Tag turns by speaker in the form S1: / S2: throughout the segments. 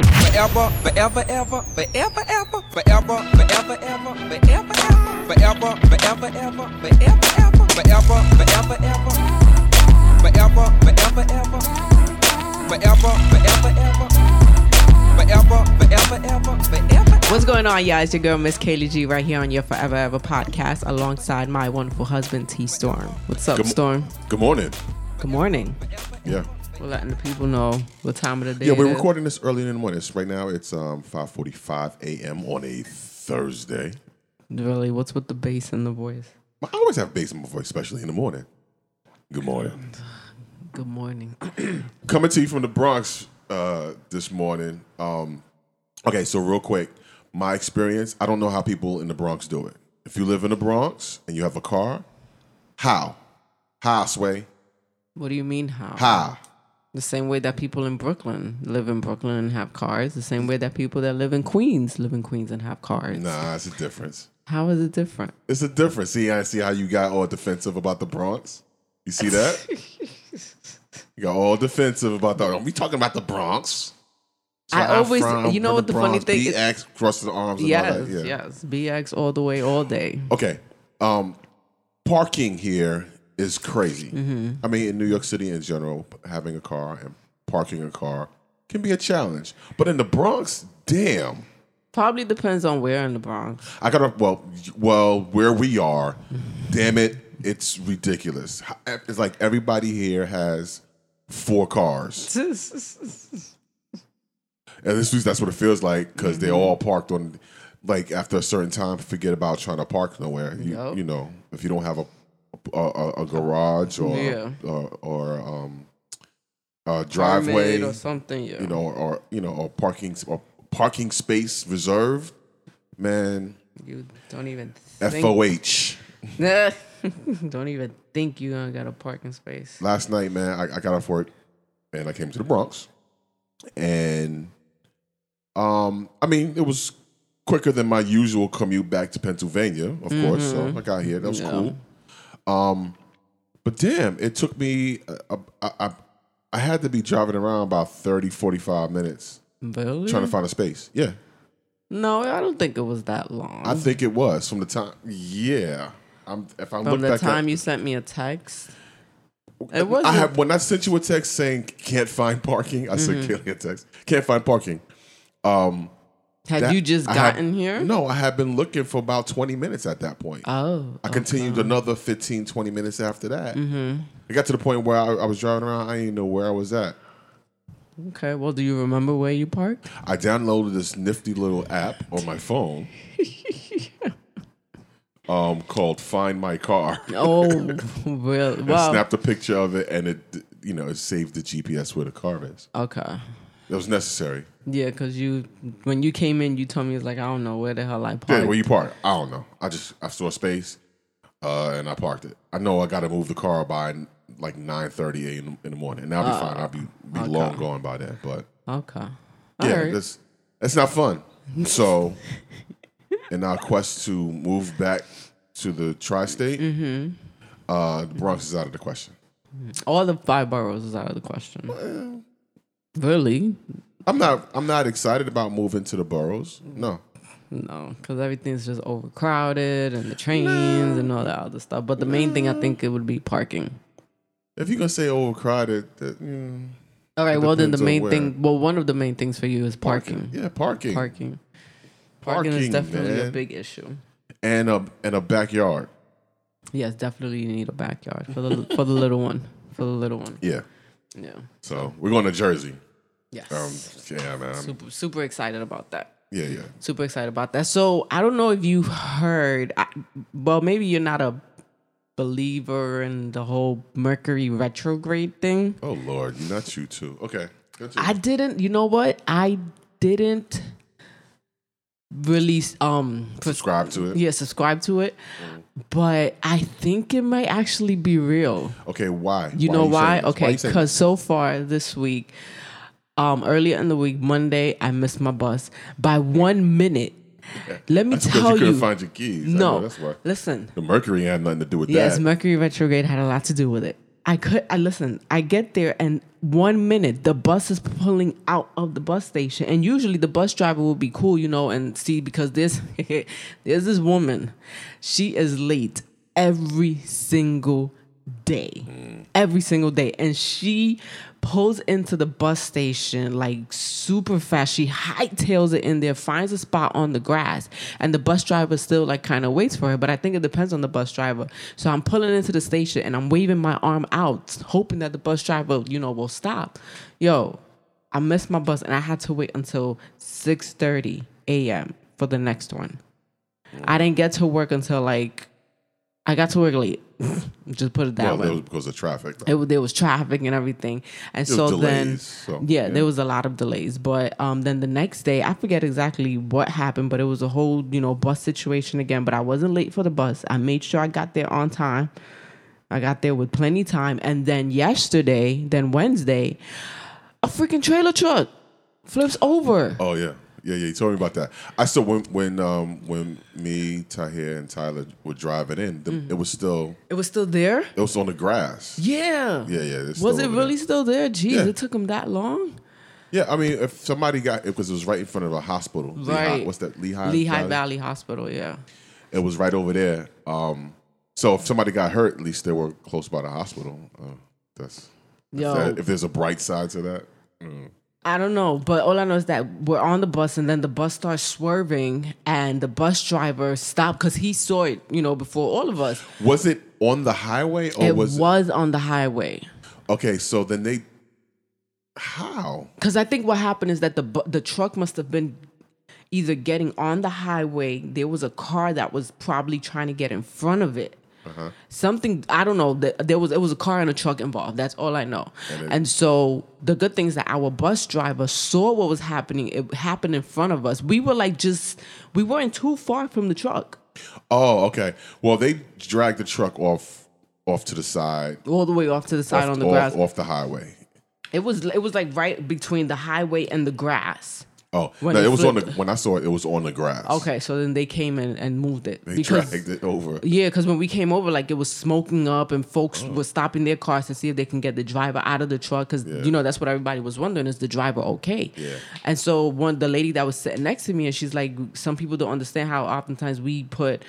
S1: forever, forever, ever, forever, ever, forever, forever, ever, forever, ever, forever, forever, ever, forever, ever, forever, forever, ever, forever, forever, ever, forever, forever, ever, forever, forever, ever, forever.
S2: What's going on, y'all? It's your girl, Miss Kaylee G, right here on your Forever Ever podcast, alongside my wonderful husband, T Storm. What's up,
S3: Good mo-
S2: Storm?
S3: Good morning.
S2: Good morning.
S3: Yeah.
S2: We're letting the people know what time of the day.
S3: Yeah, we're
S2: it is.
S3: recording this early in the morning. It's right now it's um 5:45 a.m. on a Thursday.
S2: Really, what's with the bass in the voice?
S3: I always have bass in my voice, especially in the morning. Good morning.
S2: Good morning.
S3: Coming to you from the Bronx uh, this morning. Um, okay, so real quick, my experience. I don't know how people in the Bronx do it. If you live in the Bronx and you have a car, how? How, Sway?
S2: What do you mean, how?
S3: How?
S2: The same way that people in Brooklyn live in Brooklyn and have cars, the same way that people that live in Queens live in Queens and have cars.
S3: Nah, it's a difference.
S2: How is it different?
S3: It's a difference. See, I see how you got all defensive about the Bronx. You see that? you got all defensive about the. We talking about the Bronx. So
S2: I
S3: I'm
S2: always-
S3: from
S2: you know what the funny thing is-
S3: BX crosses the arms. and all that,
S2: Yes, yes. BX all the way, all day.
S3: Okay. Um, parking here is crazy.
S2: Mm-hmm.
S3: I mean, in New York City in general, having a car and parking a car can be a challenge. But in the Bronx, damn.
S2: Probably depends on where in the Bronx.
S3: I gotta well, well, where we are, damn it, it's ridiculous. It's like everybody here has four cars, and at least that's what it feels like because
S2: Mm-hmm.
S3: they're all parked on. Like after a certain time, forget about trying to park nowhere. You,
S2: Yup.
S3: you know, if you don't have a a, a, a garage or
S2: Yeah.
S3: or, or um, a driveway,
S2: Permit or something. Yeah.
S3: you know, or you know, or parking or parking space reserved, man.
S2: You don't even
S3: F
S2: think.
S3: O H.
S2: don't even think you gonna got a parking space.
S3: last night, man, I, I got off work and I came to the Bronx, and um, I mean, it was quicker than my usual commute back to Pennsylvania, of course. So
S2: Mm-hmm.
S3: I got here, that was cool. Um, but damn, it took me. uh, I I- I had to be driving around about 30, 45 minutes
S2: Really?
S3: trying to find a space. Yeah,
S2: no, I don't think it was that long.
S3: I think it was from the time. Yeah, I'm. If I
S2: From
S3: look
S2: the
S3: back
S2: time
S3: at,
S2: you sent me a text, it
S3: I
S2: wasn't.
S3: have when I sent you a text saying can't find parking. I sent
S2: Mm-hmm.
S3: Kelly a text. Can't find parking.
S2: had
S3: That-
S2: you just
S3: I had-
S2: gotten here?
S3: No, I had been looking for about 20 minutes at that point.
S2: Oh,
S3: I continued another 15, 20 minutes after that. Mm-hmm. It got to the point where I, I was driving around. I didn't know where I was at.
S2: okay. Well, do you remember where you parked?
S3: I downloaded this nifty little app on my phone um, called Find My Car.
S2: Oh, really?
S3: And
S2: Wow.
S3: snapped a picture of it and it, you know, it saved the GPS where the car is.
S2: okay.
S3: It was necessary.
S2: Yeah, cause you when you came in, you told me it's like I don't know where the hell I parked.
S3: Yeah, where you park? I don't know. I just I saw space, uh, and I parked it. I know I got to move the car by like nine thirty in, in the morning, and I'll be fine. I'll be be long gone by then. But
S2: okay. Uh, All
S3: yeah,
S2: right.
S3: that's that's not fun. So, in our quest to move back to the tri-state,
S2: Mm-hmm.
S3: uh, the Bronx is out of the question.
S2: All the five boroughs is out of the question. Really?
S3: I'm not I'm not excited about moving to the boroughs. No,
S2: No, because everything's just overcrowded and the trains and all that other stuff. But the main thing I think it would be parking.
S3: if you're gonna say overcrowded, that, mm,
S2: All right. Well, then the
S3: depends on
S2: main
S3: where.
S2: thing. Well, one of the main things for you is parking.
S3: yeah, parking,
S2: Parking. Parking, is
S3: Parking,
S2: definitely a
S3: man.
S2: big issue.
S3: and a and a backyard.
S2: Yes, definitely you need a backyard for the for the little one. For the little one.
S3: Yeah.
S2: Yeah.
S3: So we're going to Jersey.
S2: Yes.
S3: Um, yeah, man. I'm-
S2: super super excited about that.
S3: Yeah, yeah.
S2: Super excited about that. So I don't know if you heard. I, well, maybe you're not a believer in the whole Mercury retrograde thing.
S3: Oh Lord, not you too. Okay.
S2: I didn't. You know what? I didn't release. Um, pres-
S3: subscribe Mm. to it.
S2: yeah, subscribe to it. But I think it might actually be real.
S3: Okay, why?
S2: You know why?
S3: saying this?
S2: Okay,
S3: you saying
S2: because so far this week, um, earlier in the week, Monday, I missed my bus by one minute. Let me
S3: this? Because
S2: tell
S3: you
S2: you.
S3: couldn't find your keys. I know,
S2: no,
S3: that's why.
S2: listen.
S3: The mercury had nothing to do with
S2: Yes,
S3: that.
S2: Mercury retrograde had a lot to do with it. I could I listen, I get there and one minute the bus is pulling out of the bus station. And usually the bus driver will be cool, you know, and see because this there's this woman. She is late every single day. Every single day. And she pulls into the bus station like super fast. She hightails it in there, finds a spot on the grass, and the bus driver still like kind of waits for her. But I think it depends on the bus driver. So I'm pulling into the station and I'm waving my arm out, hoping that the bus driver, you know, will stop. Yo, I missed my bus and I had to wait until 6:30 a.m. for the next one. I didn't get to work until like I got to work late. Just put it that
S3: Well,
S2: way
S3: that was because of traffic.
S2: it, wa- there was traffic and everything and
S3: was
S2: so then
S3: delays, so,
S2: yeah,
S3: yeah.
S2: there was a lot of delays but um then the next day i forget exactly what happened but it was a whole you know bus situation again but i wasn't late for the bus i made sure i got there on time i got there with plenty time and then yesterday then wednesday a freaking trailer truck flips over
S3: Oh yeah, yeah, yeah. You told me about that. I still when when um when me, Tahir, and Tyler were driving in, the,
S2: Mm-hmm.
S3: it was still
S2: it was still there
S3: it was on the grass.
S2: yeah
S3: Yeah, yeah. it's
S2: was
S3: still
S2: it
S3: over
S2: really still there jeez
S3: Yeah.
S2: it took him that long
S3: there. Yeah, I mean, if somebody got because it was right in front of a hospital. Lehigh,
S2: Right.
S3: what's that? Lehigh.
S2: lehigh valley hospital yeah
S3: It was right over there. Um, so if somebody got hurt, at least they were close by the hospital. Uh, that's if
S2: Yo.
S3: that- if there's a bright side to that.
S2: I don't know, but all I know is that we're on the bus, and then the bus starts swerving, and the bus driver stopped because he saw it, you know, before all of us.
S3: Was it on the highway or
S2: it
S3: was
S2: was,
S3: it-
S2: on the highway.
S3: okay? So then they how
S2: Because I think what happened is that the bu- the truck must have been either getting on the highway. There was a car that was probably trying to get in front of it.
S3: Uh-huh.
S2: Something I don't know. That there was it was a car and a truck involved. That's all I know.
S3: it-
S2: And so the good thing is that our bus driver saw what was happening. It happened in front of us. We were like just we weren't too far from the truck,
S3: Oh, okay. Well, they dragged the truck off off to the side,
S2: all the way off to the side
S3: off,
S2: on the
S3: off-
S2: grass.
S3: off the highway.
S2: It was it was like right between the highway and the grass.
S3: Oh,
S2: When
S3: no,
S2: it
S3: it was on the
S2: flipped.
S3: when I saw it, it was on the grass.
S2: Okay, so then they came in and moved it
S3: they
S2: because
S3: dragged it over.
S2: Yeah, because when we came over, like it was smoking up, and folks
S3: Mm.
S2: were stopping their cars to see if they can get the driver out of the truck. Because you know that's what everybody was wondering: is the driver okay?
S3: Yeah.
S2: And so one, the lady that was sitting next to me, and she's like, "Some people don't understand how oftentimes we put."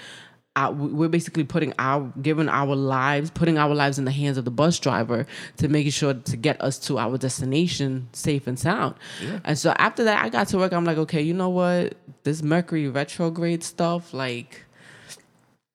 S2: Our, we're basically putting our giving our lives putting our lives in the hands of the bus driver to making sure to get us to our destination safe and sound
S3: Yeah.
S2: and so after that i got to work i'm like okay you know what this mercury retrograde stuff like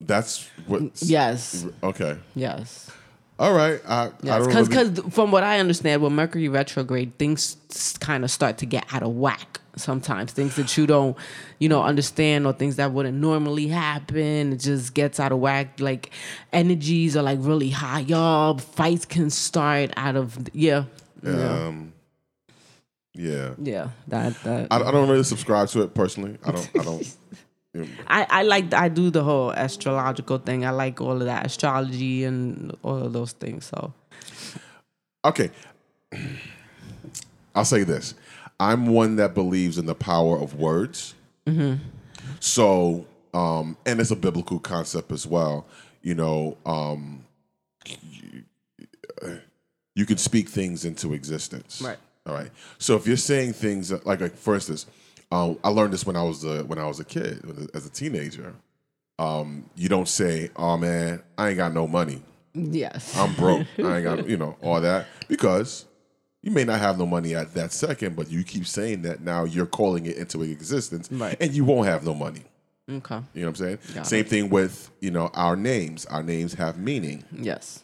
S3: That's what.
S2: yes
S3: Okay.
S2: Yes.
S3: All right. I, I
S2: Mm, Yes.
S3: don't
S2: Because
S3: really-
S2: from what I understand, when Mercury retrograde, things kind of start to get out of whack sometimes. Things that you don't, you know, understand or things that wouldn't normally happen. It just gets out of whack. Like energies are like really high up. Fights can start out of, yeah. Yeah.
S3: Um, yeah.
S2: Yeah. That, that.
S3: I, I don't really subscribe to it personally. I don't. I don't.
S2: I, I like, I do the whole astrological thing. I like all of that astrology and all of those things. So,
S3: Okay. I'll say this. I'm one that believes in the power of words. So, um, and it's a biblical concept as well. You know, um, you can speak things into existence.
S2: Right.
S3: All right. So if you're saying things that- like, like for instance, um, I learned this when I was a, when I was a kid, as a teenager. Um, you don't say, "Oh man, I ain't got no money."
S2: yes.
S3: I'm broke. I ain't got you know all that because you may not have no money at that second, but you keep saying that now you're calling it into existence,
S2: Right.
S3: and you won't have no money.
S2: okay.
S3: You know what I'm saying?
S2: Got
S3: Same thing with you know our names. Our names have meaning,
S2: Yes.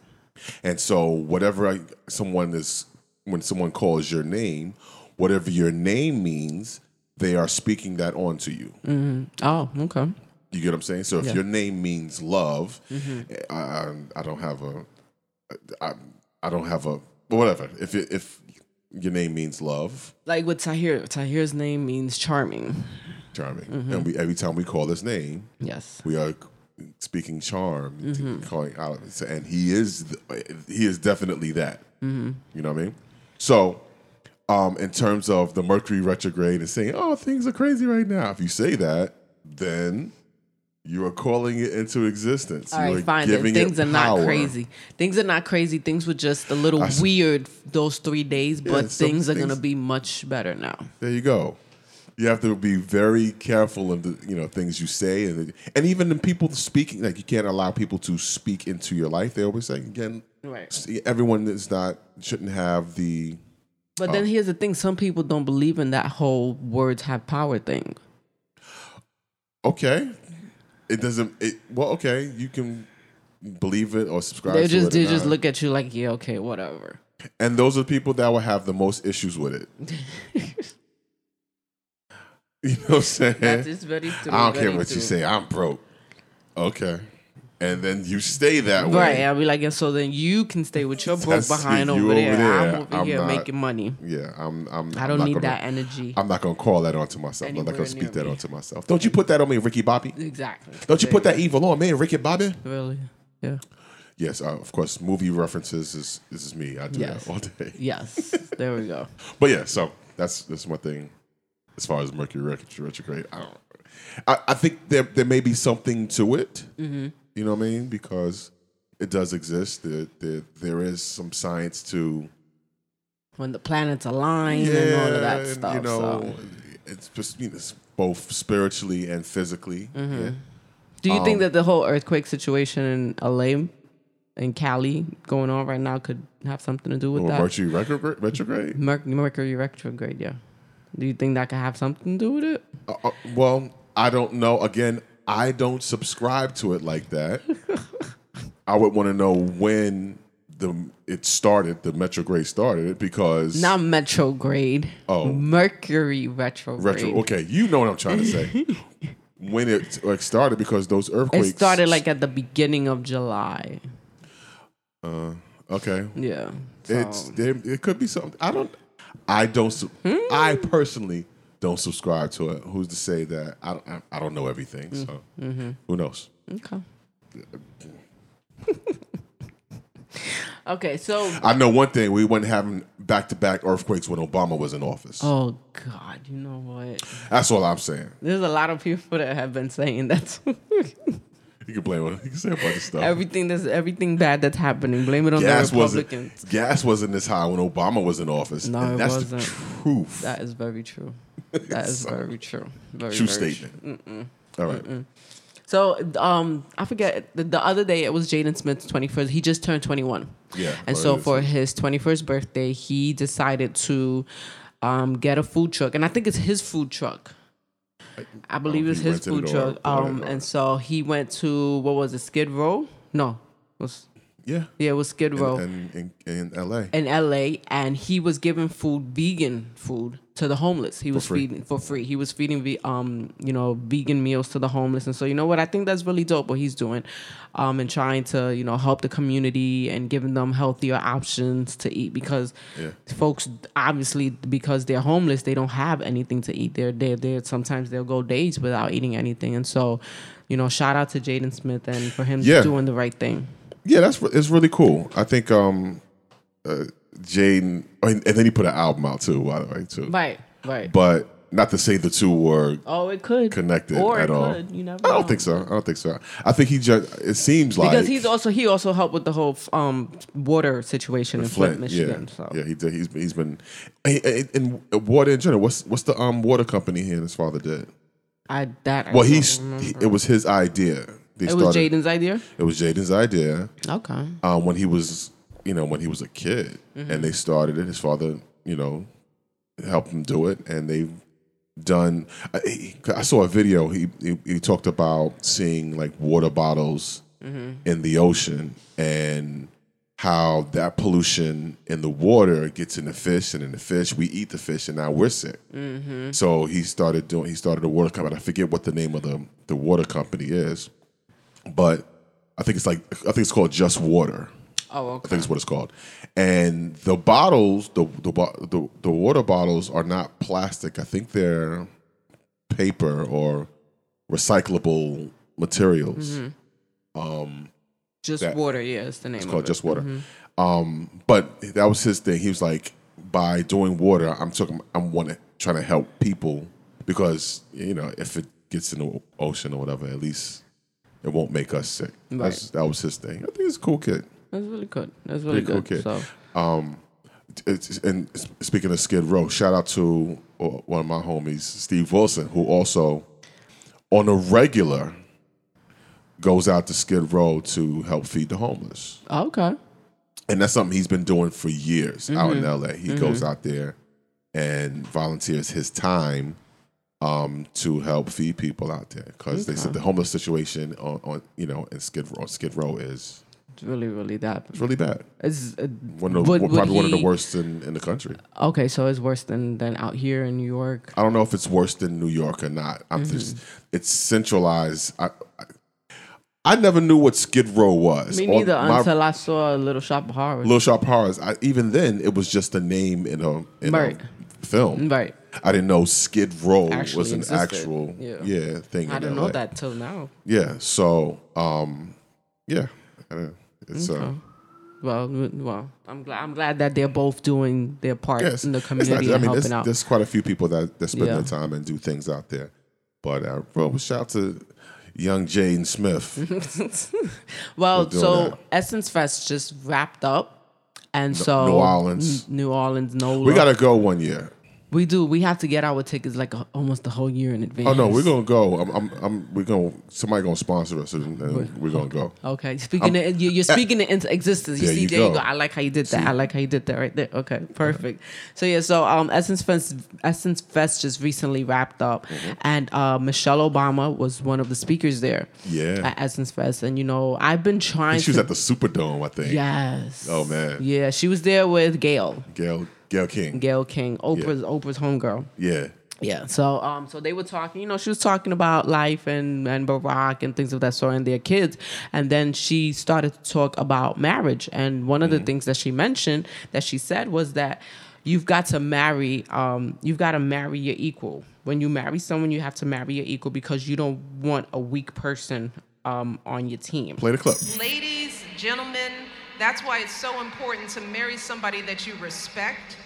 S3: and so whatever I, someone is when someone calls your name, whatever your name means, they are speaking that onto you.
S2: Oh, okay.
S3: You get what I'm saying? So if
S2: Yeah.
S3: your name means love, I, I I don't have a I, I don't have a but whatever. If it, if your name means love,
S2: Like with Tahir, Tahir's name means charming.
S3: charming, and we every time we call his name,
S2: Yes.
S3: we are speaking charm,
S2: Mm-hmm.
S3: calling out, and he is th- he is definitely that.
S2: Mm-hmm.
S3: You know what I mean? So. Um, in terms of the Mercury retrograde and saying, "Oh, things are crazy right now," if you say that, then You are calling it into existence.
S2: All
S3: you
S2: right,
S3: are
S2: fine. Then
S3: giving it
S2: Things are not
S3: power.
S2: crazy. Things are not crazy. Things were just a little
S3: I see.
S2: weird those three days, but
S3: some
S2: things are
S3: things-
S2: gonna be much better now.
S3: There you go. You have to be very careful of the you know things you say and and even in people speaking like you can't allow people to speak into your life. They always say again,
S2: Right.
S3: see, Everyone is not shouldn't have the
S2: But
S3: Oh.
S2: then here's the thing: some people don't believe in that whole words have power thing.
S3: okay. It doesn't. It well okay. You can believe it or subscribe.
S2: They
S3: to
S2: just
S3: it
S2: they
S3: or
S2: just
S3: not.
S2: look at you like, yeah, okay, whatever.
S3: And those are the people that will have the most issues with it. you know what I'm saying?
S2: That is very true.
S3: I don't
S2: very
S3: care what
S2: true.
S3: you say. I'm broke. Okay. And then you stay that way.
S2: Right, I'll be like, and so then you can stay with your broke
S3: That's it,
S2: behind
S3: you
S2: over,
S3: over
S2: there. I'm
S3: there,
S2: over
S3: I'm
S2: here
S3: not-
S2: making money.
S3: Yeah, I'm. I'm
S2: I
S3: I'm
S2: don't
S3: not
S2: need
S3: gonna-
S2: that energy.
S3: I'm not gonna call that onto myself. I'm not
S2: Anywhere
S3: gonna speak
S2: near
S3: that
S2: me.
S3: onto myself. Don't you put that on me, Ricky Bobby?
S2: exactly.
S3: Don't you
S2: There
S3: put that evil on me, Ricky Bobby?
S2: go. really? Yeah.
S3: Yes, uh, of course. Movie references is this is me. I do
S2: Yes.
S3: that all day.
S2: Yes. there we go.
S3: But yeah, so that's that's my thing. As far as Mercury retro- retrograde, I don't. I, I think there there may be something to it.
S2: Mm-hmm.
S3: You know what I mean? Because it does exist. There there, there is some science to
S2: When the planets align and all of that
S3: and,
S2: stuff.
S3: You know,
S2: so.
S3: it's just you know, it's both spiritually and physically.
S2: Mm-hmm.
S3: Yeah.
S2: Do you
S3: um,
S2: think that the whole earthquake situation in LA and Cali going on right now could have something to do with
S3: Or
S2: that?
S3: Mercury retrograde. retrograde?
S2: Merc- Mercury retrograde, yeah. Do you think that could have something to do with it?
S3: Uh, uh, well, I don't know. Again, I don't subscribe to it like that. I would want to know when the it started, the retrograde started it because
S2: Not retrograde.
S3: Oh.
S2: Mercury retrograde.
S3: retro. Okay, you know what I'm trying to say. when it like started because those
S2: It
S3: earthquakes
S2: started like at the beginning of July.
S3: okay.
S2: Yeah.
S3: It's there, it could be something. I don't. I don't. su-
S2: Hmm?
S3: I personally don't subscribe to it. Who's to say that I don't? I, I don't know everything. So
S2: Mm-hmm.
S3: who knows?
S2: Okay. okay, so
S3: I know one thing. We weren't having back to back earthquakes when Obama was in office.
S2: oh god, you know what?
S3: That's all I'm saying.
S2: There's a lot of people that have been saying that.
S3: You can blame. it- You can say a bunch of stuff.
S2: everything that's everything bad that's happening. Blame it on
S3: gas
S2: the
S3: wasn't.
S2: Republicans.
S3: Gas wasn't this high when Obama was in office.
S2: No,
S3: and
S2: it
S3: that's
S2: wasn't.
S3: the truth.
S2: That is very true. That is
S3: So-
S2: very true. Very,
S3: True
S2: very
S3: statement. All right.
S2: So um, I forget the, the other day it was Jaden Smith's twenty first. He just turned twenty one.
S3: Yeah,
S2: And
S3: oh,
S2: so
S3: it is.
S2: for his twenty first birthday, he decided to um, get a food truck, and I think it's his food truck. I believe
S3: he
S2: it's his
S3: rented
S2: food
S3: it or
S2: truck. Um,
S3: bought it or-
S2: and so he went to what was it, Skid Row? No, it was
S3: Yeah.
S2: yeah, it was Skid Row.
S3: And in, in, in L.A.
S2: in LA and he was giving food, vegan food to the homeless. He was
S3: free.
S2: feeding for free. He was feeding ve- um, you know, vegan meals to the homeless. And so you know what? I think that's really dope what he's doing. Um and trying to, you know, help the community and giving them healthier options to eat because
S3: Yeah.
S2: folks obviously because they're homeless, they don't have anything to eat. They're they're, they're sometimes they'll go days without eating anything. And so, you know, shout out to Jaden Smith and for him
S3: Yeah.
S2: doing the right thing.
S3: yeah, that's re- it's really cool. I think um, uh, Jaden, I mean, and then he put an album out too, by the way, too.
S2: Right, right.
S3: But not to say the two were
S2: Oh, it could
S3: connected
S2: or
S3: at
S2: it
S3: all.
S2: Could. You never
S3: I
S2: know.
S3: don't think so. I don't think so. I think he just. It seems like
S2: because he's also he also helped with the whole um water situation in Flint, Michigan.
S3: yeah,
S2: So
S3: yeah. He did, he's he's been and- and and water in general. What's what's the um water company here? His father did.
S2: I that I
S3: Well,
S2: don't
S3: he's
S2: remember.
S3: he, it was his idea. They
S2: it was Jaden's idea.
S3: It was Jaden's idea.
S2: Okay,
S3: um, when he was, you know, when he was a kid, and they started it. His father, you know, helped him do it, and they've done. I, he- I saw a video. He, he he talked about seeing like water bottles in the ocean and how that pollution in the water gets in the fish, and in the fish we eat the fish, and now we're sick. So he started doing. He started a water company. I forget what the name of the the water company is, but I think it's like I think it's called Just Water.
S2: oh
S3: I
S2: okay,
S3: think is what it's called. And the bottles, the the bo- the, the water bottles are not plastic. I think they're paper or recyclable materials
S2: Mm-hmm. just
S3: that-
S2: water. Yeah, it's the name.
S3: called
S2: of it.
S3: Just Water.
S2: Mm-hmm.
S3: Um, but that was his thing. He was like, by doing water, I'm talking, I'm want to trying to help people because you know if it gets in the ocean or whatever, at least It won't make us sick.
S2: Right.
S3: That's, that was his thing. I think he's a cool kid.
S2: That's really good. That's really
S3: Pretty cool
S2: good.
S3: kid.
S2: So
S3: It's, and s- speaking of Skid Row, shout out to uh, one of my homies, Steve Wilson, who also on a regular goes out to Skid Row to help feed the homeless.
S2: okay.
S3: and that's something he's been doing for years out in LA. He goes out there and volunteers his time um, to help feed people out there because they said the homeless situation on, on you know in Skid Row, Skid Row is
S2: It's really, really that.
S3: it's really bad.
S2: It's uh,
S3: One of the,
S2: Would- would
S3: probably one of the
S2: he-
S3: worst in, in the country.
S2: okay. So it's worse than than out here in New York.
S3: I don't know if it's worse than New York or not. I'm
S2: Mm-hmm.
S3: just it's centralized. I, I I never knew what Skid Row was.
S2: Me
S3: On
S2: neither.
S3: my-
S2: until I saw a Little Shop of Horrors.
S3: Little Shop of Horrors. I, even then, it was just a name in a, in
S2: Right.
S3: a film.
S2: Right.
S3: I didn't know Skid Row
S2: Actually
S3: was an
S2: existed.
S3: actual
S2: Yeah.
S3: yeah, thing.
S2: I
S3: in
S2: didn't know
S3: LA.
S2: that till now.
S3: Yeah. So, um, yeah, I don't- it's uh,
S2: Well, w- well, I'm glad. I'm glad that they're both doing their part
S3: yes,
S2: in the
S3: it's not-
S2: community and
S3: I mean,
S2: helping
S3: there's,
S2: out.
S3: there's quite a few people that that spend
S2: Yeah.
S3: their time and do things out there. But uh, well, shout out to young Jane
S2: Mm-hmm.
S3: Smith.
S2: well,
S3: We're doing
S2: so
S3: that.
S2: Essence Fest just wrapped up, and so
S3: New Orleans.
S2: N- New Orleans, no,
S3: we gotta go one year.
S2: we do. We have to get our tickets like a, almost the whole year in advance.
S3: Oh no, we're gonna go. I'm, I'm, I'm we're gonna somebody gonna sponsor us and, and we're gonna go.
S2: Okay, speaking it, you- you're speaking it into existence. You
S3: Um, uh, There
S2: see,
S3: you
S2: there you
S3: go. Uh-huh.
S2: go. I like how you did that. I like how you did that right there. Okay, perfect. So yeah, so um, Essence Fest, Essence Fest just recently wrapped up,
S3: Mm-hmm.
S2: and uh, Michelle Obama was one of the speakers there.
S3: Yeah.
S2: at Essence Fest, and you know I've been trying.
S3: She was
S2: to,
S3: at the Superdome, I think.
S2: Yes.
S3: Oh, man.
S2: Yeah, she was there with Gail,
S3: Gail, Gail King.
S2: Gail King, Oprah's Oprah's homegirl.
S3: Yeah.
S2: Yeah. So um so they were talking, you know, she was talking about life and and Barack and things of that sort and their kids. And then she started to talk about marriage. And one of the things that she mentioned that she said was that you've got to marry um you've got to marry your equal. When you marry someone, you have to marry your equal because you don't want a weak person um on your team.
S3: Play the clip.
S4: Ladies, gentlemen, that's why it's so important to marry somebody that you respect.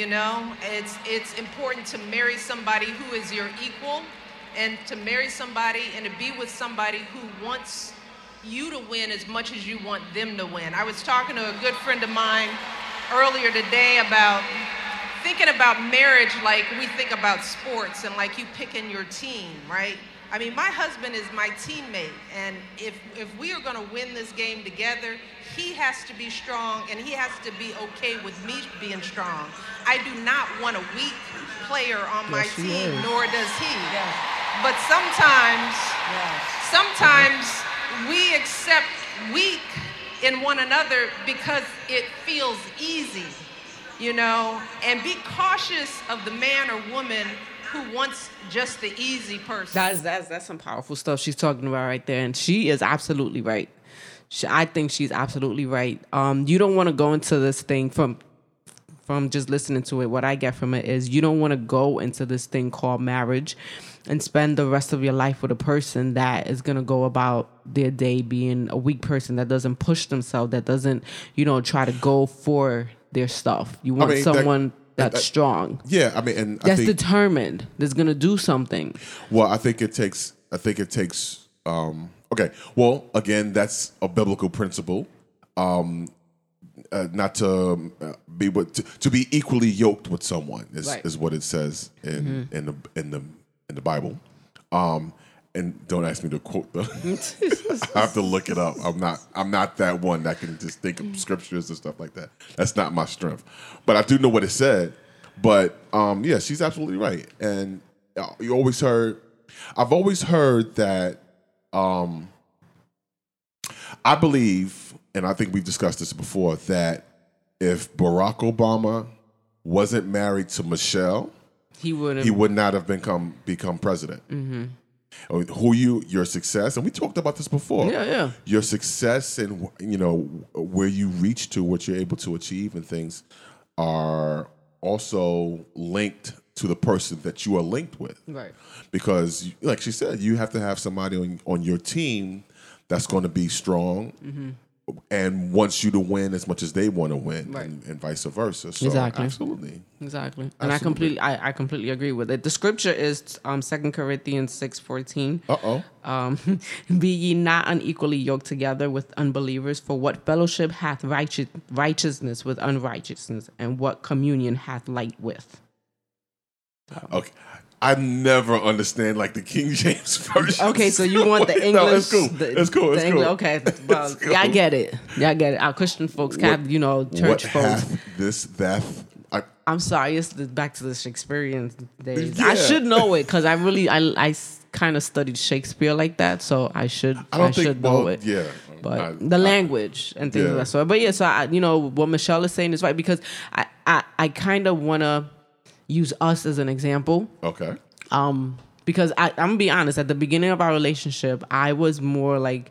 S4: You know, it's it's important to marry somebody who is your equal and to marry somebody and to be with somebody who wants you to win as much as you want them to win. I was talking to a good friend of mine earlier today about thinking about marriage like we think about sports and like you picking your team, right? I mean, my husband is my teammate, and if if we are going to win this game together, he has to be strong and he has to be okay with me being strong. I do not want a weak player on my
S2: Yes, she
S4: team,
S2: is.
S4: nor does he. But sometimes sometimes we accept weak in one another because it feels easy, you know? And be cautious of the man or woman who wants just the easy person.
S2: That's that's that's some powerful stuff she's talking about right there, and she is absolutely right. She, I think she's absolutely right. Um, you don't want to go into this thing from from just listening to it. What I get from it is you don't want to go into this thing called marriage and spend the rest of your life with a person that is gonna go about their day being a weak person that doesn't push themselves, that doesn't you know try to go for their stuff. You want
S3: mean, that-
S2: someone that's
S3: that-
S2: strong,
S3: Yeah, I mean, and I
S2: that's
S3: think,
S2: determined, that's gonna do something.
S3: Well, I think it takes. I think it takes. Um, okay. Well, again, that's a biblical principle. Um, uh, not to um, uh, be with, to, to be equally yoked with someone is,
S2: Right.
S3: is what it says in in the in the in the Bible. Um, and don't ask me to quote the. I have to look it up. I'm not. I'm not that one that can just think of scriptures and stuff like that. That's not my strength. But I do know what it said. But um, yeah, she's absolutely right. And uh, you always heard. I've always heard that. Um, I believe, and I think we've discussed this before, that if Barack Obama wasn't married to Michelle,
S2: He wouldn't.
S3: he would not have become become president.
S2: Mm-hmm.
S3: I mean, Who you your success, and we talked about this before.
S2: Yeah, yeah.
S3: Your success and you know where you reach to, what you're able to achieve, and things are also linked to the person that you are linked with.
S2: Right.
S3: Because,
S2: Mm-hmm.
S3: like she said, you have to have somebody on on your team that's going to be strong and wants you to win as much as they want to win,
S2: Right.
S3: and, and vice versa. So,
S2: Exactly.
S3: Absolutely.
S2: Exactly. And I
S3: Absolutely.
S2: completely I, I completely agree with it. The scripture is um Second Corinthians six fourteen.
S3: Uh oh.
S2: Um, be ye not unequally yoked together with unbelievers, for what fellowship hath righteous, righteousness with unrighteousness, and what communion hath light with?
S3: Okay. I never understand like the King James version.
S2: Okay, so you want the English?
S3: No, it's cool.
S2: The,
S3: it's cool.
S2: the
S3: It's
S2: Engli-
S3: cool.
S2: Okay, well,
S3: It's cool.
S2: y'all get it. Y'all get it. Our Christian folks, Catholic, you know,
S3: what
S2: church folks.
S3: hath this theft? I,
S2: I'm sorry, it's the back to the Shakespearean days.
S3: Yeah.
S2: I should know it because I really, I, kind of studied Shakespeare like that, so I should,
S3: I
S2: I,
S3: don't think.
S2: should
S3: well,
S2: know it.
S3: yeah.
S2: but
S3: I-
S2: the
S3: I-
S2: language and things
S3: Yeah.
S2: of that sort. But yeah, so I, you know what Michelle is saying is right because I, I, I kind of want to use us as an example
S3: Okay.
S2: um because I, i'm gonna be honest at the beginning of our relationship i was more like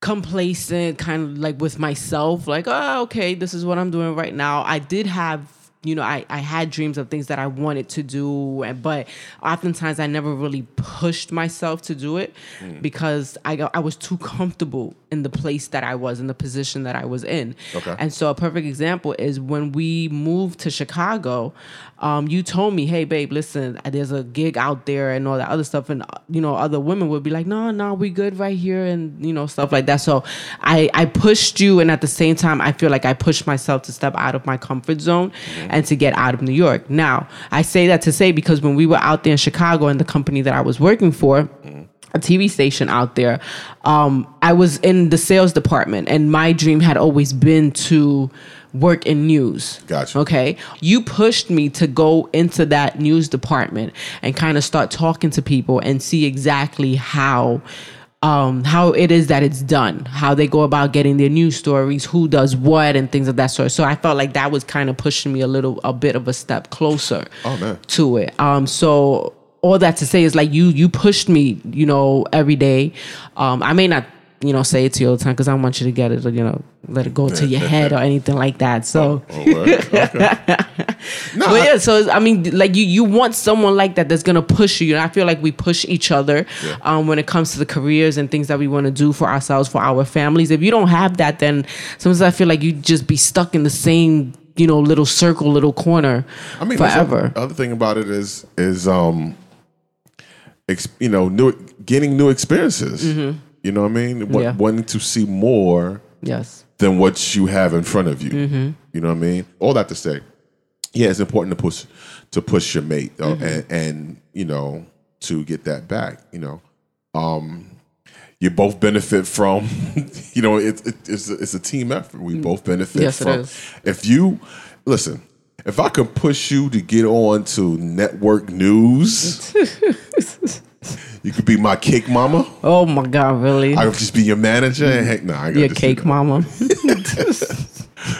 S2: complacent kind of like with myself like oh okay this is what i'm doing right now i did have you know I, I had dreams of things that i wanted to do and- but oftentimes i never really pushed myself to do it because I, got, I was too comfortable in the place that i was in the position that i was in
S3: Okay.
S2: and so a perfect example is when we moved to Chicago, um, you told me, hey, babe, listen, there's a gig out there and all that other stuff. And, uh, you know, other women would be like, no, no, we good right here and, you know, stuff like that. So I, I pushed you. And at the same time, I feel like I pushed myself to step out of my comfort zone and to get out of New York. Now, I say that to say because when we were out there in Chicago and the company that I was working for, a TV station out there. Um, I was in the sales department, and my dream had always been to work in news.
S3: Gotcha.
S2: Okay. You pushed me to go into that news department and kind of start talking to people and see exactly how. Um, how it is that it's done, how they go about getting their news stories, who does what, and things of that sort. So I felt like that was kind of pushing me a little, a bit of a step closer
S3: Oh, man.
S2: to it. Um, so all that to say is like you you pushed me, you know, every day. Um, I may not, you know, say it to you all the time because I don't want you to get it, you know, let it go to your head or anything like that. So.
S3: Oh, word. Okay. No,
S2: But
S3: I-
S2: yeah, so it's- I mean, like you, you want someone like that that's gonna push you. And I feel like we push each other
S3: Yeah.
S2: um, when it comes to the careers and things that we want to do for ourselves, for our families. If you don't have that, then sometimes I feel like you just be stuck in the same, you know, little circle, little corner
S3: I mean, listen, uh,
S2: forever.
S3: The other thing about it is is um, ex, you know, new getting new experiences. You know what I mean? Wa-
S2: Mm-hmm. Yeah.
S3: Wanting to see more
S2: yes.
S3: than what you have in front of you.
S2: Mm-hmm.
S3: You know what I mean? All that to say, yeah, it's important to push to push your mate uh,
S2: Mm-hmm.
S3: and, and you know to get that back. You know, um, you both benefit from. You know, it, it, it's a, it's a team effort. We both benefit
S2: Mm. Yes, it
S3: from.
S2: is.
S3: If you listen. If I could push you to get on to network news, you could be my cake mama.
S2: Oh my God, really?
S3: I could just be your manager. And heck, nah, I gotta
S2: Your
S3: just do
S2: cake
S3: that.
S2: mama.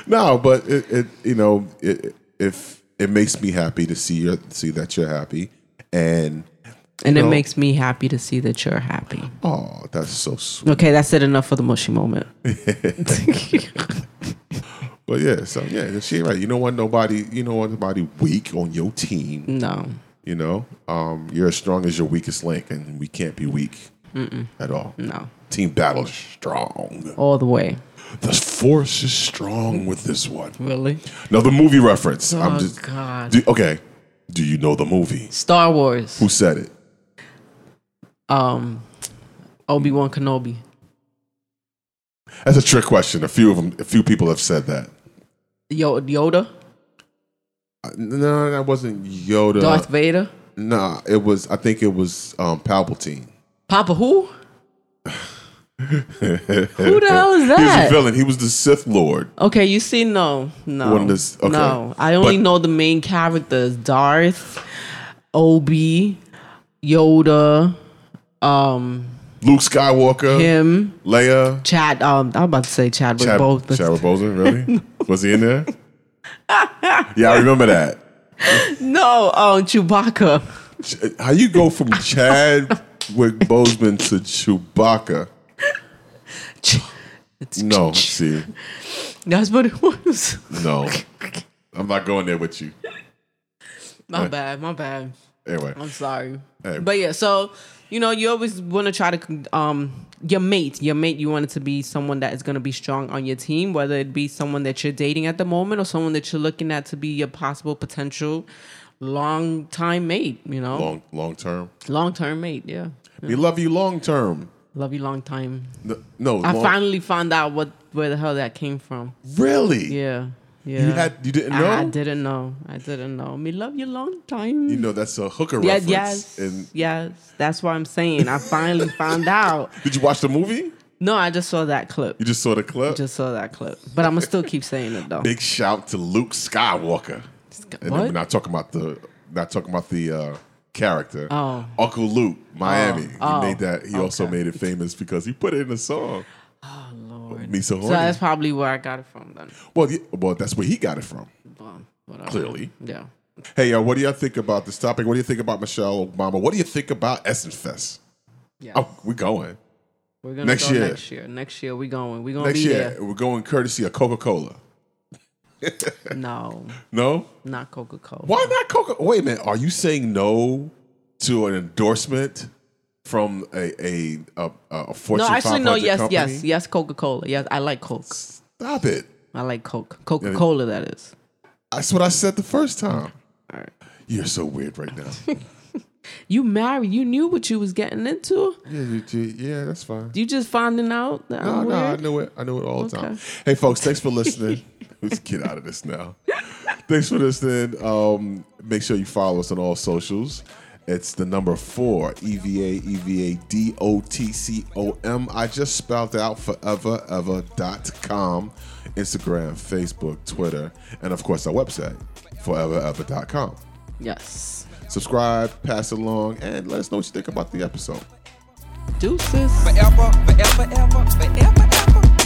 S3: No, but it, it you know it, if it makes me happy to see you see that you're happy, and
S2: and
S3: No.
S2: it makes me happy to see that you're happy.
S3: oh, that's so sweet.
S2: Okay, that's it enough for the mushy moment.
S3: But yeah, so yeah, she right. You don't want nobody. You don't want nobody weak on your team.
S2: no.
S3: You know, um, you're as strong as your weakest link, and we can't be weak at all.
S2: No.
S3: Team battle is strong.
S2: All the way.
S3: The force is strong with this one.
S2: Really?
S3: Now the movie reference.
S2: Oh,
S3: I'm just
S2: God.
S3: Do, okay. Do you know the movie?
S2: Star Wars.
S3: Who said it?
S2: Um Obi Wan Kenobi.
S3: That's a trick question. A few of them, a few people have said that.
S2: Yo- Yoda?
S3: Uh, No, that wasn't Yoda.
S2: Darth Vader?
S3: Nah, it was. I think it was um, Palpatine.
S2: Papa who? who the hell is
S3: He was a
S2: that?
S3: villain. He was the Sith Lord.
S2: Okay, you see, no, no,
S3: One of this- okay.
S2: no. I only
S3: But-
S2: know the main characters: Darth, Obi, Yoda, um,
S3: Luke Skywalker,
S2: him.
S3: Leia,
S2: Chad, um, I'm about to say Chadwick
S3: Chad,
S2: Boseman.
S3: Chadwick Boseman. Really? Was he in there? yeah, I remember that.
S2: No, um, Chewbacca.
S3: Ch- How you go from Chadwick Boseman to Chewbacca?
S2: Ch-
S3: No, see,
S2: That's what it was.
S3: no, I'm not going there with you.
S2: My bad, my bad.
S3: Anyway,
S2: I'm sorry.
S3: Hey.
S2: But yeah, so you know, you always want to try to um your mate, your mate. You want it to be someone that is going to be strong on your team, whether it be someone that you're dating at the moment or someone that you're looking at to be your possible potential long time mate. You know,
S3: long long term.
S2: long term mate. Yeah,
S3: We love you long term.
S2: love you long time.
S3: No, no
S2: I
S3: long-
S2: finally found out what where the hell that came from.
S3: really.
S2: Yeah, yeah.
S3: had- you didn't
S2: I- I,
S3: know?
S2: didn't know. I didn't know. Me love you long time.
S3: You know that's a hooker
S2: Yeah,
S3: reference.
S2: yes,
S3: And
S2: yes. That's what I'm saying. I finally found out.
S3: did you watch the movie?
S2: No, I just saw that clip.
S3: You just saw the clip.
S2: Just saw that clip. But I'm gonna still keep saying it though.
S3: Big shout to Luke Skywalker. And then we're
S2: what?
S3: not talking about the not talking about the uh, character.
S2: Oh.
S3: Uncle Luke, Miami. he
S2: Oh.
S3: made that. He also made it famous because he put it in a song.
S2: oh lord.
S3: Me so
S2: So
S3: horny.
S2: that's probably where I got it from then.
S3: well, yeah, well, that's where he got it from.
S2: Well, whatever.
S3: Clearly.
S2: Yeah.
S3: Hey, uh, what do y'all think about this topic? What do you think about Michelle Obama? What do you think about Essence Fest?
S2: Yeah.
S3: Oh, we're going.
S2: We're gonna
S3: next
S2: go
S3: year.
S2: next year. Next year we going. We gonna
S3: Next
S2: be
S3: year, we're going courtesy of Coca Cola.
S2: there. No,
S3: No?
S2: not Coca Cola.
S3: Why not Coca? Wait a minute. Are you saying no to an endorsement from a a a, a Fortune
S2: No, actually
S3: 500
S2: no, yes,
S3: company?
S2: yes, yes, Coca Cola. Yes, I like Coke.
S3: Stop it.
S2: I like Coke. Coca Cola that is.
S3: That's what I said the first time.
S2: All right.
S3: You're so weird right now.
S2: You married, you knew what you was getting into.
S3: yeah, you- you- yeah, that's fine.
S2: You just finding out that
S3: Oh, No,
S2: I'm
S3: no, I
S2: weird?
S3: know it. I know it all the time.
S2: Okay.
S3: Hey, folks, thanks for listening. Let's get out of this now. Thanks for listening. Um, make sure you follow us on all socials. It's the number four E V A E V A D O T C O M. I just spelled out foreverever.com, Instagram, Facebook, Twitter, and of course our website, foreverever.com.
S2: Yes.
S3: Subscribe, pass along, and let us know what you think about the episode.
S2: Deuces.
S1: forever, forever, ever, forever, ever.